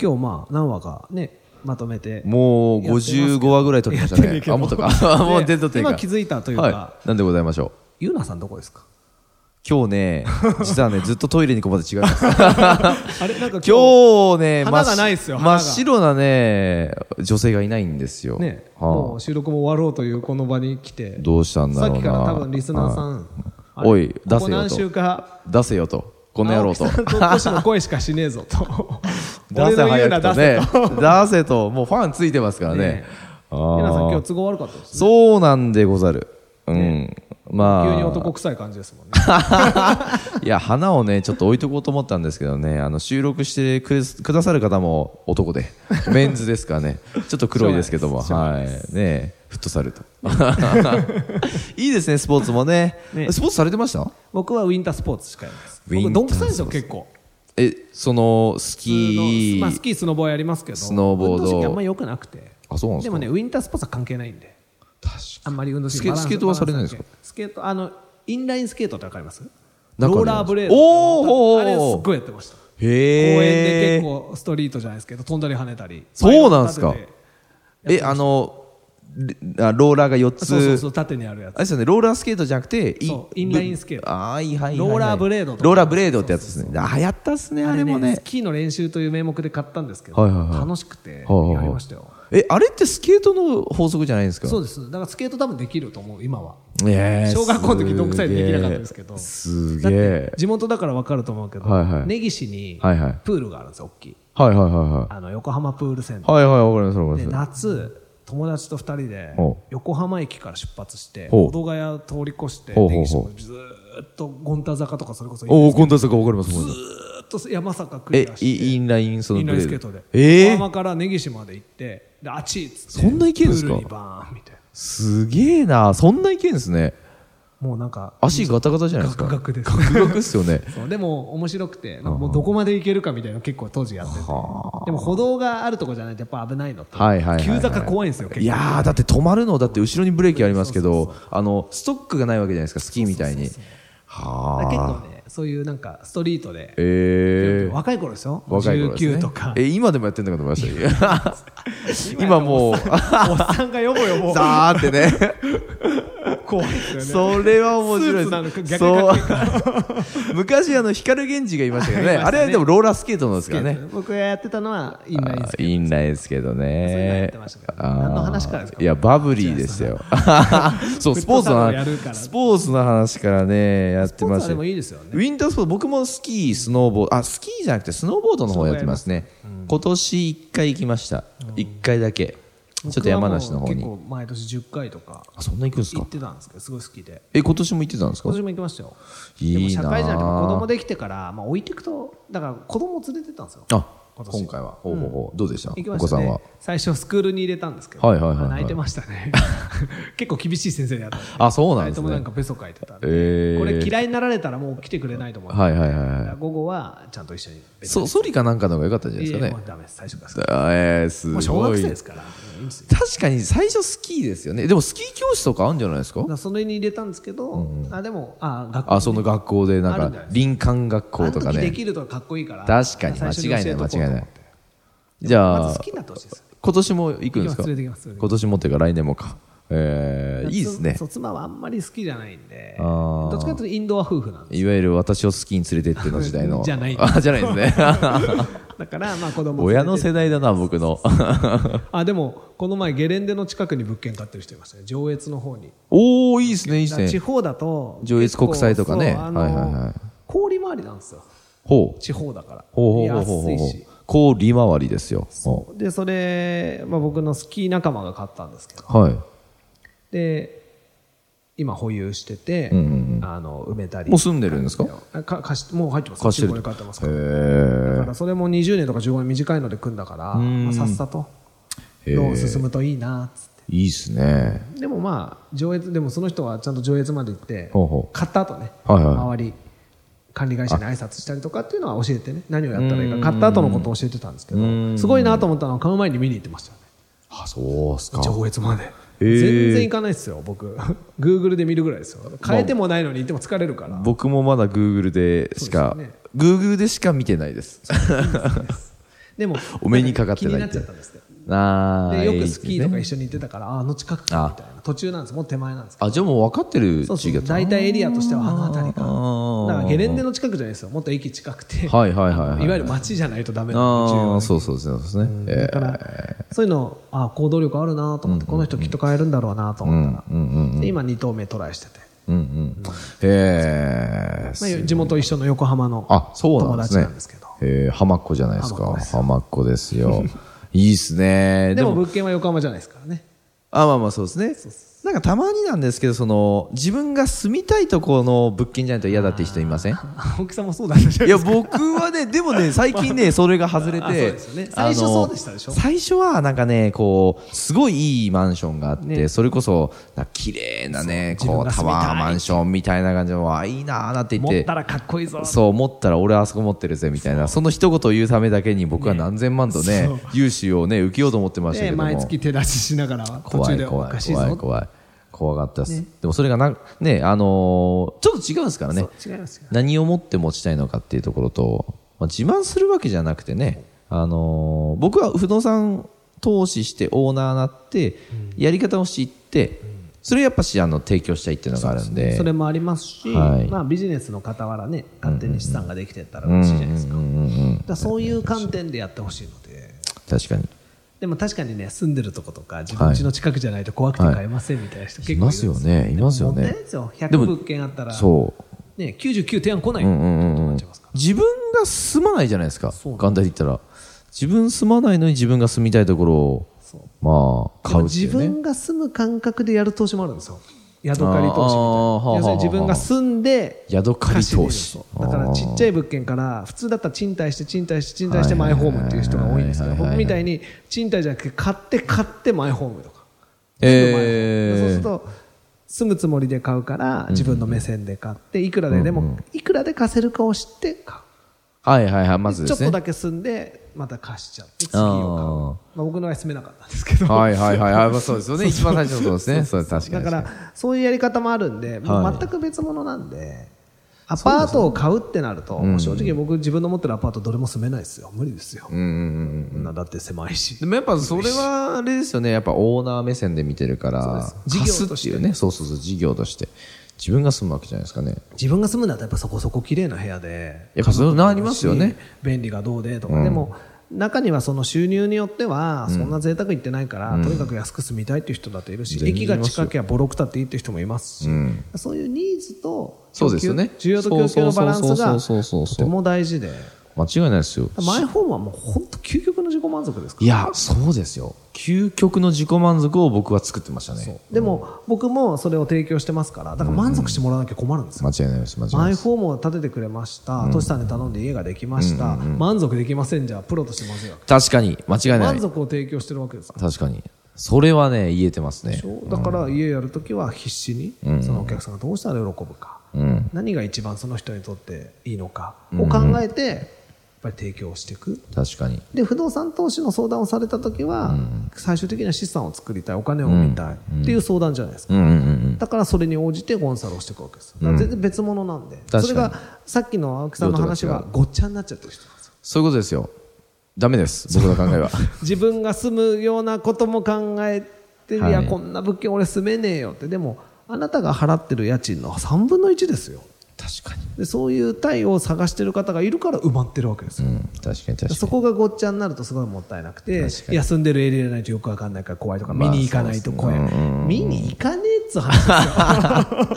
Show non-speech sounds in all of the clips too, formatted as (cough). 今日まあ何話かねまとめてもう55話ぐらい撮りましたね。あ、もっとか。 (laughs) あ (laughs) もう全然撮ってるか。今気づいたというかはい。なんでございましょう。ゆうなさんどこですか今日 (laughs) ね、実はね、ずっとトイレにここまで (laughs) 違います。あれなんか今日ね、真花っがないですよ真花っが白なね、女性がいないんですよ。ねもはう収録も終わろうというこの場に来ていどうしたんださろうな。っきから多分リスナーさはいんあれおい、出せよと。ここ何週か出せよと。この野郎と。 (laughs) 青木さんとトシの声しかしねえぞと出俺せの言うな早く出とせねと。(laughs) (laughs) 出せと。もうファンついてますからねね。あゆーうなさん今日都合悪かったですねそうなんでござる。うん。まあ。急に男臭い感じですもんねいや、花をね、ちょっと置いとこうと思ったんですけどね、あの、収録してくれくださる方も男 (laughs) で、メンズですからね、ちょっと黒いですけども、しょうがなはいでい。ねフットサルと。 (laughs) いいですね、スポーツもね。ねスポーツされてました僕はウィンタースポーツしかやりますウィ僕ンタどーんくさいですよ結構え、その、スキ普通のまあ、スー。キースノボーやりますけどスノーボード運動神経あんまり良くなくてあそうなんですかもねウィンタースポーツは関係ないんで確あんまり運動神ス経ケバランスケートはされないんですかバランススケートあのインラインスケートってわかります中にローラーブレードおーおーおーあれすっごいやってましたへ公え。園で結構ストリートじゃないですけど飛んだり跳ねたりそうなんですか立てえ、てあの、レあローラーが4つ。そうそうそう縦にあるやあつれですよね、ローラースケートじゃなくて、いそうインラインスケートぶあーはいはいはいはいローラーブレードとかローラーブレードってやつですね。あ、流行ったっすね、あれもねス。キーの練習という名目で買ったんですけど、はいはいはい楽しくてやはいはいはいりましたよ、え、あれってスケートの法則じゃないんですかそうですだからスケート多分できると思う今はねえ小学校の時どんくさいでできなかったですけどすだげっえて。地元だから分かると思うけど、はいはい根岸にはいはいプールがあるんですよ、大きいはいはいはいはい。あの横浜プールセンター、はいはい、わかりますわかでります。夏友達と2人でおう横浜駅から出発してほう保土ヶ谷通り越してほうほうほう根岸もずーっと権太坂とかそれこそずおお、今度はかわかりますもんね。ーっと山坂クえリア、してイインラインそのインブラレインースド。ケートで、ええ横浜から根岸まで行ってであっちっつってそんな行けるんですかプールにバーンみたいなすげえな。そんないけんですね。もうなんか足ガタガタじゃないですか。ガクガクですガクガクっすよね。そうでも面白くてなんかもうどこまで行けるかみたいなの結構当時やっててでも歩道があるとこじゃないとやっぱ危ないのと、はいはいはいはい急坂怖いんですよ結構いやーだって止まるのだって後ろにブレーキありますけどあのストックがないわけじゃないですかスキーみたいにだからはあ結構ねそういうなんかストリートで、えー、若い頃ですよ若い頃ですね19とか、え今でもやってんのかと思いました今もうおっさんがよぼよ (laughs) ぼザーってね怖いですよねそれは面白いスーツなのか逆でかすそう昔あの光源氏がいましたけどねいましたあねれはでもローラースケートなんですからね僕がやってたのはインラインスケーいいんですけどそういうのやねってましたけど何の話からですかいやバブリーです (laughs) よそうスポーツのフットサルをやるから話スポーツの話からねやってトましたスポーツでよもいいですよねウィンタースポーツ僕もスキースノーボードあスキーじゃなくてスノーボードの方やってますね今年1回行きました1回だけちょっと山梨の方僕はにもう結構毎年10回とかあそんな行くんです行かってたんですけどすごい好きでえ今年も行ってたんですか今年も行きましたよいいなでも社会人になっても子供できてから、まあ、置いていくとだから子供を連れてったんですよあ今年今回はほうほうほうどうでした行きおま子したさんねは最初スクールに入れたんですけど、はいはいはいはいまあ泣いてましたね (laughs) 結構厳しい先生であったんであそうなん二で人すともなんねかベソ書いてたんで、えーこれ嫌いになられたらもう来てくれないと思う、はいはいはいだかはら午後はちゃんと一緒にいそソリかなんかの方が良かったんじゃないいですやかいやねもうダメです最初からですあえーすもう小ご学生いですからいいんですよ確かに最初スキーですよねでもスキー教室とかあるんじゃないですかだからその辺に入れたんですけど、あでもあ学校あその学校でなあるんんじゃかないです林間学校とかあの時でねきるとかっこいいから確かに間最初に教違いえないとこ間うと違い思なっていじゃまずあ好きになってほしいです今年も行くんですか行きます連れて行きます連れて行きます今年もっていうか来年もかえーいいですねそう妻はあんまり好きじゃないんであーどっちかというとインドア夫婦なんでいわゆる私をスキーに連れてっての時代の (laughs) じゃないあじゃないですね (laughs) だからまあ子供親のせ世代だな僕 (laughs) のあでもこの前ゲレンデの近くに物件買ってる人いましたね上越の方におおいいですねいいだでからす地ね方だと上越国際とかね結構そうあのはいはいはい氷回りなんですよほう地方だからほうほうほうほ安ういほしうこう利回りですよそうでそれ、まあ、僕のスキー仲間が買ったんですけどはいで今保有してて、うんうんうんあの埋めたりもう住んでるんですかか貸しもう入ってます貸してる中古で買ってますへからだからそれも20年とか15年短いので組んだから、んまあさっさとへえローン進むといいなっつっいいですねてでもまあ上越でもその人はちゃんと上越まで行ってほうほう買った後ね、はいはい周り管理会社に挨拶したりとかっていうのは教えてね何をやったらいいか買った後のことを教えてたんですけどすごいなと思ったのは買う前に見に行ってましたよねあそうっすか上越までへー全然行かないですよ僕 (laughs) Google で見るぐらいですよ変えてもないのに行っても疲れるから、僕もまだ Google でしかそうですよね Google でしか見てない (laughs) ですでもお目にかかってないん気になっちゃったんですってあーでよいいくっスすねキーとか一緒に行ってたから、ああの近くかみたいな途中なんですもう手前なんですけどあじゃあもう分かってるそうそ地域だうったな大体エリアとしてはあの辺りかあーだからゲレンデの近くじゃないですよもっと駅近くて、はいはいはいはいいわゆる街じゃないとダメなああのそうそうそうですねえだから、そういうのあ行動力あるなと思って、この人きっと変えるんだろうなと思ったら、で今2投目トライしてて、ーうんうんへえまあ、地元一緒の横浜のあ、そうな友んで達すね。なんですけどえー、浜っ子じゃないですか浜っ子で。す浜っ子です (laughs) よ。いいっすね。ででもも、物件は横浜じゃないですからね (laughs) あ、まあまあそうですね。なんかたまになんですけど、その、自分が住みたいところの物件じゃないと嫌だって人いません青木さんもそうだったじゃいんや、僕はね、でもね、 (laughs) 最近ね、それが外れあそうてですよね、あの最初そうでしたでしょ最初はなんかね、こう、すごいいいマンションがあって、ねそれこそ、なんか綺麗なね、そうこう、自タ分が住みたいワーマンションみたいな感じで、わあ、いいなーなんて言っ持てっ。たらかっこいいぞそう思ったら俺はあそこ持ってるぜみたいなその一言を言うためだけに僕は何千万とねそう融資をね受けようと思ってましたけどでも毎月手出ししながら途怖中いでお怖いかしい怖いぞ怖い怖かったですでもそれがなんねあのーちょっと違うんですからねそう違いますよ何をもって持ちたいのかっていうところと、まあ、自慢するわけじゃなくてね、あのー僕は不動産投資してオーナーになってやり方を知ってそれをやっぱしあの提供したいっていうのがあるんでそれもありますし、はいまあ、ビジネスの傍らね勝手に資産ができてったら嬉しいじゃないですか,、だからそういう観点でやってほしいので確かにでも確かにね住んでるとことか自分家の近くじゃないと怖くて買えませんみたいな人結構いるんですいますよねいますよねでも問題ないですよで100も物件あったら、そうね、99提案来ないようんうんうんうんなっちゃいますから自分が住まないじゃないですかそうなんです眼帯で言ったら自分住まないのに自分が住みたいところをそうまあ買でもうってい自うね分が住む感覚でやる投資もあるんですよ宿あ借りー投資みたいなはあはあはあ要するに自分が住んで宿借り投資貸し出るとだからちっちゃい物件から普通だったら賃貸して賃貸して賃貸してマイホームっていう人が多いんですけどはいはいはいはい僕みたいに賃貸じゃなくて買って買ってマイホームとか全部マイホームそうすえるー、と住むつもりで買うから自分の目線で買っていくらででもいくらで貸せるかを知って買うはいはいはいまずでちょっすとねだけ住んでまた貸しちゃって次を買うあまあ僕の場合住めなかったんですけどはいはいはいはいまあそうですよね一番最初の (laughs) そうですねそう確かだにか確からそういうやり方もあるんで、もう全く別物なんでアパートを買うってなると、もう正直僕自分の持ってるアパートどれも住めないですよ無理ですよ、にうんうんうんそんなだって狭いしでもやっぱそれはあれですよねやっぱオーナー目線で見てるからそうです事業と貸すっていうねそうそうそう事業として自分が住むわけじゃないですかね自分が住むならやっぱそこそこ綺麗な部屋でやっぱそうなりますよね便利がどうでとか、でも中にはその収入によってはそんな贅沢言ってないから、とにかく安く住みたいっていう人だっているし、全然駅が近ければボロくたっていいっていう人もいますし、んそういうニーズとそうですよね需要と供給のバランそスがうそうそうそうそうそうとても大事で間違いないですよマイホームはもう本当究極の自己満足ですかいやそうですよ究極の自己満足を僕は作ってましたねらでも僕もそれを提供してますからだから満足してもらわなきゃ困るんですよ間違いないです間違いないマイですホームを建ててくれました、トシさんに頼んで家ができました、満足できませんじゃあプロとしてまずいわけ確かに間違いない満足を提供してるわけですから確かにそれはね言えてますねでしょだから家やるときは必死に、そのお客さんがどうしたら喜ぶか、何が一番その人にとっていいのかを考えて、やっぱり提供していく確かにで不動産投資の相談をされた時は、最終的には資産を作りたいお金を生みたいっていう相談じゃないですか、うんうんうんだからそれに応じてコンサルをしていくわけですだから全然別物なんで、かにそれがさっきの青木さんの話はごっちゃになっちゃってる人なんですよそういうことですよダメです僕の考えは (laughs) 自分が住むようなことも考えて、はいい、やこんな物件俺住めねえよってでもあなたが払ってる家賃の3分の1ですよ (laughs) 確かにでそういう対応を探してる方がいるから埋まってるわけですよ、うん確かに確かにそこがごっちゃになるとすごいもったいなくて確かに休んでるエリアじゃないとよくわかんないから怖いとか、まあ見に行かないと怖い、そうですねうん見に行かねえっつう話で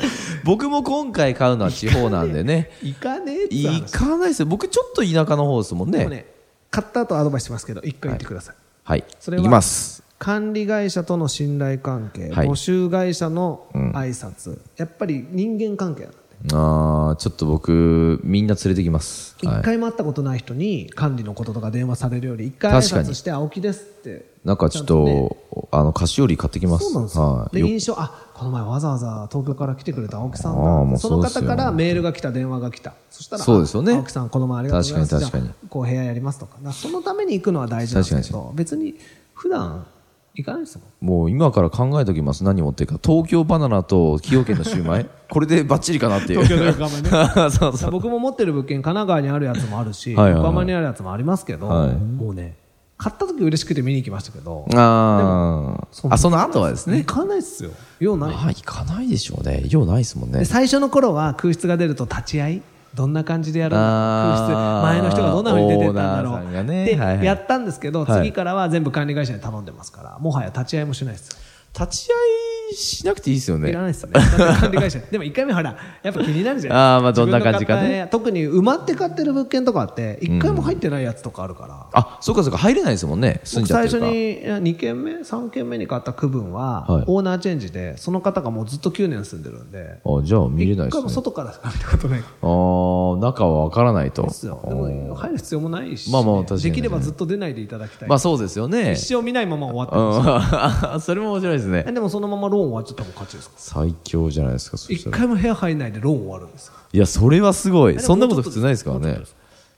すよ (laughs) (laughs) 僕も今回買うのは地方なんで (laughs) ね行かねえっつう話行かないですよ僕ちょっと田舎の方ですもんでねもね買った後アドバイスしますけど一回言ってください、はいそれ行はきます管理会社との信頼関係、はい募集会社の挨拶、やっぱり人間関係なんでああ、ちょっと僕、みんな連れてきます。一はい。回も会ったことない人に管理のこととか電話されるより一回確か挨に拶して「青木です」ってなんかちょっちゃんねと、あの、菓子折り買ってきます。そうなんですよ、はい。でよ印象あこの前わざわざ東京から来てくれた青木さんあーもうがそそうのですよ方からメールが来た電話が来たそしたらそうですよねあ青木さんこの前ありがとうございます確かにじゃあこう部屋やりますとかだからそのために行くのは大事なんですけ確ど別に普段行かないですもんもう今から考えときます。何持っていくか。東京バナナと崎陽軒のシューマ (laughs) イ。これでバッチリかなっていう。東京の横浜ね (laughs) そうそう。僕も持ってる物件神奈川にあるやつもあるしはいはいはい横浜にあるやつもありますけど、はいもうね買った時嬉しくて見に行きましたけど、あそーあ、その後はですね行。かないっすよ用ないあ、行かないでしょうね。用ないですもんねで。最初の頃は空室が出ると立ち会いどんな感じでやるんだあー空室前の人がどんなふうに出てったんだオーナーろさうんがねで、はいはいやったんですけどはい次からは全部管理会社に頼んでますからもはや立ち会いもしないですよ立ち会いしなくていいですよいらね。ないですねだって管理会社 (laughs) でも一回目ほらやっぱ気になるじゃないあーまあどんな感じかね自分の買った特に埋まって買ってる物件とかあって一回も入ってないやつとかあるから、あ、そうかそうか。入れないですもんね。住ん僕じゃっ最てる初から。に2軒目3軒目に買った区分は、はいオーナーチェンジでその方がもうずっと9年住んでるんであ、じゃあ見れない一で回すね。も外からしか見たことないあー中はわからないと。ですよ。でも入る必要もないし、まあまあ確かにできればずっと出ないでいただきたい。まあそうですよね。一生見ないまま終わっうん (laughs) それも面白いですてね。でもそのままローン終わっちゃったらもう勝ちですから。最強じゃないですか、そし一たら。回も部屋入んないでローン終わるんですよ。いや、それはすごい。もそんなこと普通ないですからね。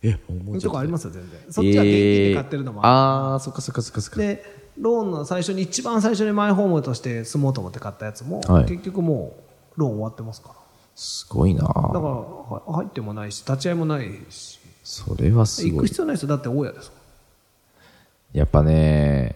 え、そも。ういうとこありますすよ、全然。そっちは現金で買ってるのもあある。あーそっかそっかそっかそっる。か。で、ローンの最初に、一番最初にマイホームとして住もうと思って買ったやつも、はい結局もうローン終わってますから。すごいなだからは入ってもないし、立ち会いもないし、それはす行ごくい。必要ないですよ。だって大家ですもんやっぱね、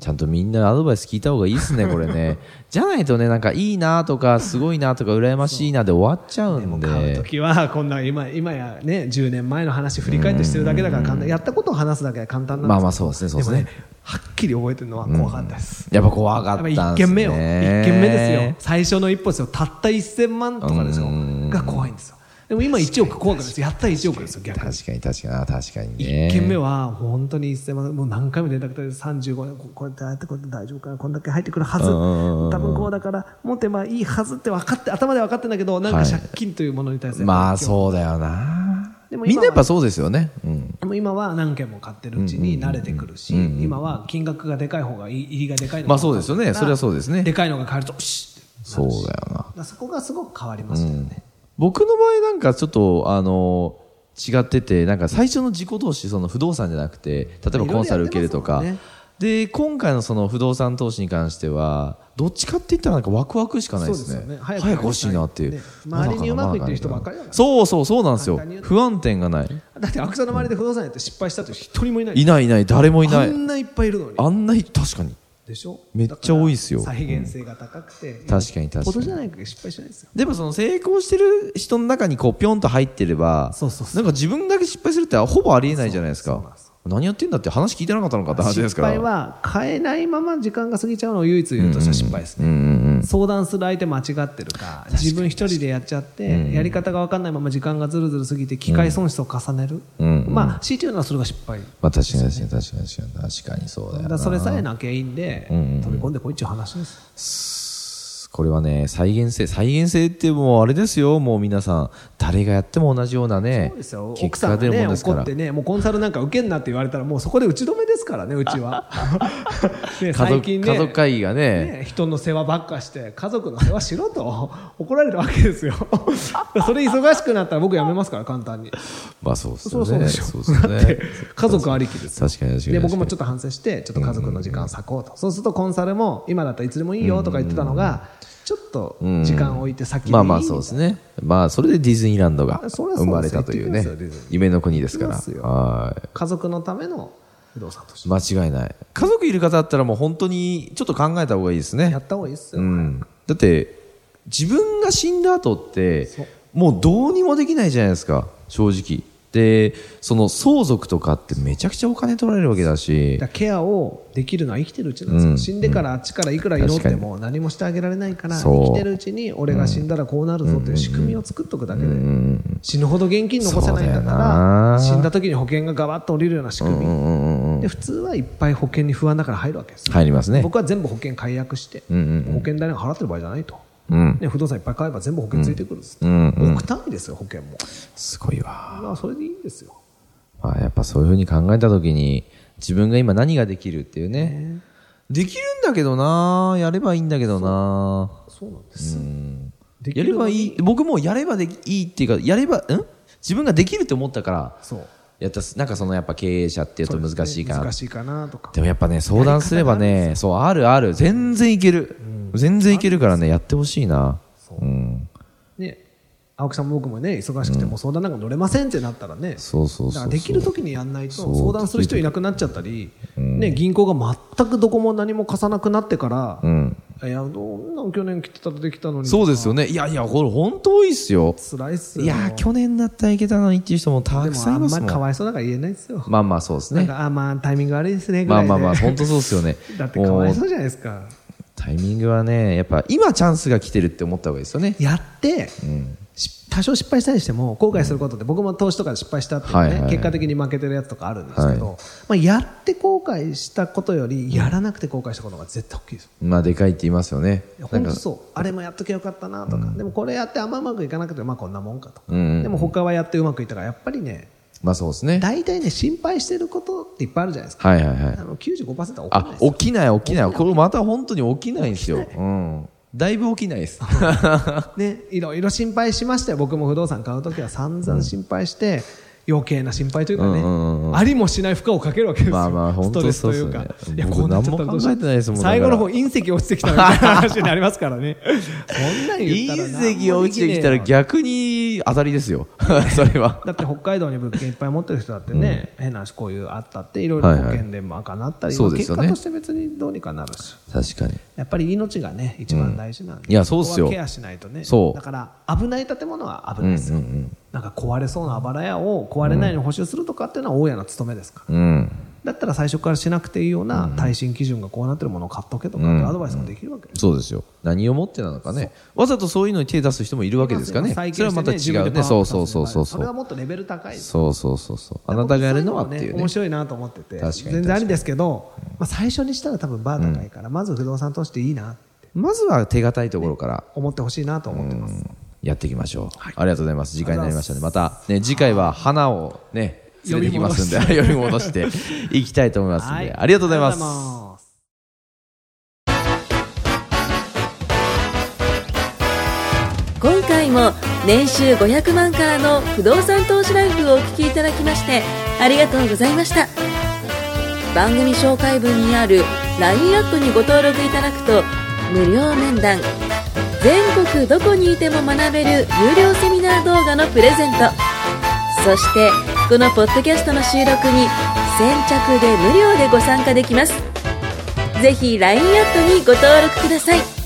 ちゃんとみんなアドバイス聞いた方がいい (laughs) ですね、これね。じゃないとね、なんかいいなとか、すごいなとか、羨ましいなで終わっちゃうんで。買う時はこんな今今やね10年前の話振り返ってしてるだけだから簡単やったことを話すだけで簡単なんですけどまあまあそうですねそうですねもはっきり覚えてるのは怖かったです、やっぱ怖かったんすね。やっぱ1軒目よ1軒目ですよ最初の一歩ですよたった1000万とかですよが怖いんですよでも今1億怖くないですやったら1億ですよ逆に確かに確かにあ確かにね1軒目は本当に1000万もう何回も連絡取れて35年ここうやってああやってこうやって大丈夫かなこんだけ入ってくるはずうんうんうんうん多分こうだから持てばいいはずって分かって頭で分かってんだけどなんはかい借金というものに対するまあそうだよなでも今はみんなやっぱそうですよね、うん、でも今は何件も買ってるうちに慣れてくるし、今は金額がでかい方がいい入りがでかいのがまあそうですよねそれはそうですねでかいのが買えるとシッてなそるうしだよなだからそこがすごく変わりましたよね、僕の場合なんかちょっとあの違っててなんか最初の自己投資その不動産じゃなくて例えばコンサル受けるとまかあいろいろやってまで今回のその不動産投資に関してはどっちかって言ったらなんかワクワクしかないですねそうですよね早早くく欲しいなっていう、ね周りにうまくいってる人ばっかりだからそうそうそうなんですよ簡単に言うと不安定がないだって青木さんの周りで不動産やって失敗したって一人もいないいないいない誰もいなあいんないっぱいいるのにあんな人確かにでしょめっちゃ多いっすよだから再現性が高くて、確かに確かにことじゃないか失敗しないですよでもその成功してる人の中にこうピョンと入ってればそうそうそなうんか自分だけ失敗するってほぼありえないじゃないですそうそうなんかです何やってんだって話聞いてなかったのかって話です失から敗は変えないまま時間が過ぎちゃうのを唯一言うとした失敗ですね、相談する相手間違ってるか自分一人でやっちゃって、やり方が分かんないまま時間がずるずる過ぎて機械損失を重ねる、んまあ強いて言うのはそれが失敗まあ確かに確かに確かに確かに確かにそうだだよからなそれさえなきゃいいんで、飛び込んでこいっちゅう話ですこれはね再現性再現性ってもうあれですよもう皆さん誰がやっても同じようなねそうですよ奥結果さがんが出るねもんですか怒らってねもうコンサルなんか受けんなって言われたらもうそこで打ち止めですからねう (laughs) ちはね家最族近ね家族会議がねね、人の世話ばっかして家族の世話しろと怒られるわけです (laughs) よそれ忙しくなったら僕辞めますから簡単にまあそうですそようそうねでしょそうですよだってね家族ありきですよ確かに確かに確かにで僕もちょっと反省してちょっと家族の時間を割こうとそうするとコンサルも今だったらいつでもいいよとか言ってたのがちょっと時間を置いて先にまあまあそうですね。まあそれでディズニーランドがそりゃそうです生まれたというね行ってきますよディズニ、ー夢の国ですか行らきます。よは家族のための不動産としい。て間違いない。家族いる方だったらもう本当にちょっと考えた方がいいですやねっ。た方がいいっすうよ、ん。だって、自分が死んだ後ってそう、もうどうにもできないじゃないですか、正直。で、その相続とかってめちゃくちゃお金取られるわけだしだか、らケアをできるのは生きてるうちなんですよ、うん死んでからあっちからいくら祈っても何もしてあげられないからそう生きてるうちに俺が死んだらこうなるぞという仕組みを作っとくだけで死ぬほど現金残せないんだそうだよったなら死んだ時に保険がガバッと降りるような仕う組んうんうんうんみで普通はいっぱい保険に不安だから入るわけですよ入りますね。僕は全部保険解約してうんうんうん保険代なんか払ってる場合じゃないとうんね、不動産いっぱい買えば全部保険ついてくるんです、うんうん億単位ですよ保険もすごいわ。まあそれでいいんですよまあ、やっぱそういうふうに考えたときに、自分が今何ができるっていうね。できるんだけどなやればいいんだけどなそうなんです、できやればいい、僕もやればできいいっていうか、やれば、ん自分ができるって思ったから、そうやったっすなんかそのやっぱ経営者っていうと難しいかな難しいかなとかでもやっぱね、相談すればね、そう、あるある、全然いける。全然いけるからね、やってほしいな。うん。ね青木さんも僕もね忙しくてもう相談なんか乗れませんってなったらね、そうそうそだかうらそう。できる時にやんないそとう相談する人いなくなっちゃったり、ね、銀行が全くどこも何も貸さなくなってから、うん。いやどんなん去年来てたらできたのにそうですよね。いやいや、これ本当多いっすよ。辛いっすよいや、去年だったらいけたのにっていう人もたでくもさんあいんまますりもかん。わいそうだから言えないですよ、まあまあ、そうですなんね。かあまあタイミング悪いですねぐまらあいで。まあまあ、本当そうですよねだってかわいそうもうじゃないですかタイミングはね、やっぱ今チャンスが来てるって思った方がいいですよね。やって、んし多少失敗したにしても後悔することって僕も投資とかで失敗したっていうね、はいはいはい結果的に負けてるやつとかあるんですけど、まあ、やって後悔したことよりやらなくて後悔したことが絶対大きいですよまあ、でかいって言いますよね。いやな本んか当、そうあれもやっときゃよかったなとか、でもこれやってあんまうまくいかなくてまあこんなもんかとか、うんうんうんでも他はやってうまくいったからやっぱりねまあそうですね。大体ね心配してることっていっぱいあるじゃないですか、はいはいはいあ。の95%は起きないあで、す起よきない起きない。これまた本当に起きないんですよ。うん。だいぶ起きない (laughs) です。ね、いろいろ心配しましたよ、僕も不動産買うときは散々心配して、余計な心配というかね、うんうんうんうんありもしない負荷をかけるわけですよ、まあまあス本トレ当スそうっといすようねか、僕こうなっちゃったらどうしよ何も考えうてないですもん最後のだ方か隕石落ちてきたみたいな話になりますから (laughs) ね、こんなん言ったら何もで隕きねえ石よ落ちてきたら逆に当たりですよ。 (laughs) それは。だって北海道に物件いっぱい持ってる人だってね、変な話こういうあったっていろいろ保険で賄ったり、はいはいそうですよ結ね果として別にどうにかなるし確かに。やっぱり命がね一番大事なんで、うんいやそうっすよここはケアしないとねそうだから危ない建物は危ないですよ、うんうんうんなんか壊れそうなあばら屋を壊れないように補修するとかっていうのは大家の務めですから、うん。だったら最初からしなくていいような耐震基準がこうなってるものを買っとけとかってアドバイスもできるわけです、そうですよ。何を持ってなのかね。わざとそういうのに手出す人もいるわけですからね。再それ建はしてまた自違分うでね。パワーそアうップさせそうそうるそうそそれはう。もっとレベル高いですそうそうそうそう。あなたがやるのはっ僕てそいううのもね面。白いなと思って確てかに全然ありですけど、まあ、最初にしたら多分バー高いから、まず不動産投資でいいなってまずは手堅いところから。思ってほしいなと思ってます、やっていきましょう、ありがとうございます時間になりましたねまたね次回は花をね連れてきますんで呼び (laughs) 戻していきたいと思いますんで、ありがとうございますありがとうございます今回も年収500万からの不動産投資ライフをお聞きいただきましてありがとうございました番組紹介文にある LINE アップにご登録いただくと無料面談全国どこにいても学べる有料セミナー動画のプレゼントそしてこのポッドキャストの収録に先着で無料でご参加できますぜひ LINE アットにご登録ください